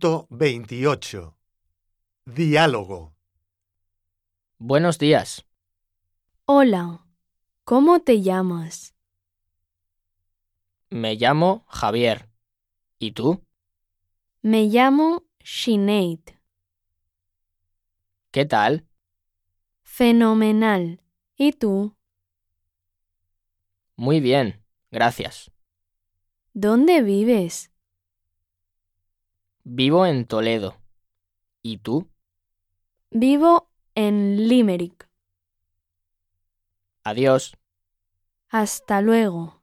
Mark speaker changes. Speaker 1: 1.28 Diálogo
Speaker 2: Buenos días.
Speaker 3: Hola, ¿cómo te llamas?
Speaker 2: Me llamo Javier. ¿Y tú?
Speaker 3: Me llamo Sinead.
Speaker 2: ¿Qué tal?
Speaker 3: Fenomenal. ¿Y tú?
Speaker 2: Muy bien, gracias.
Speaker 3: ¿Dónde vives?
Speaker 2: Vivo en Toledo. ¿Y tú?
Speaker 3: Vivo en Limerick.
Speaker 2: Adiós.
Speaker 3: Hasta luego.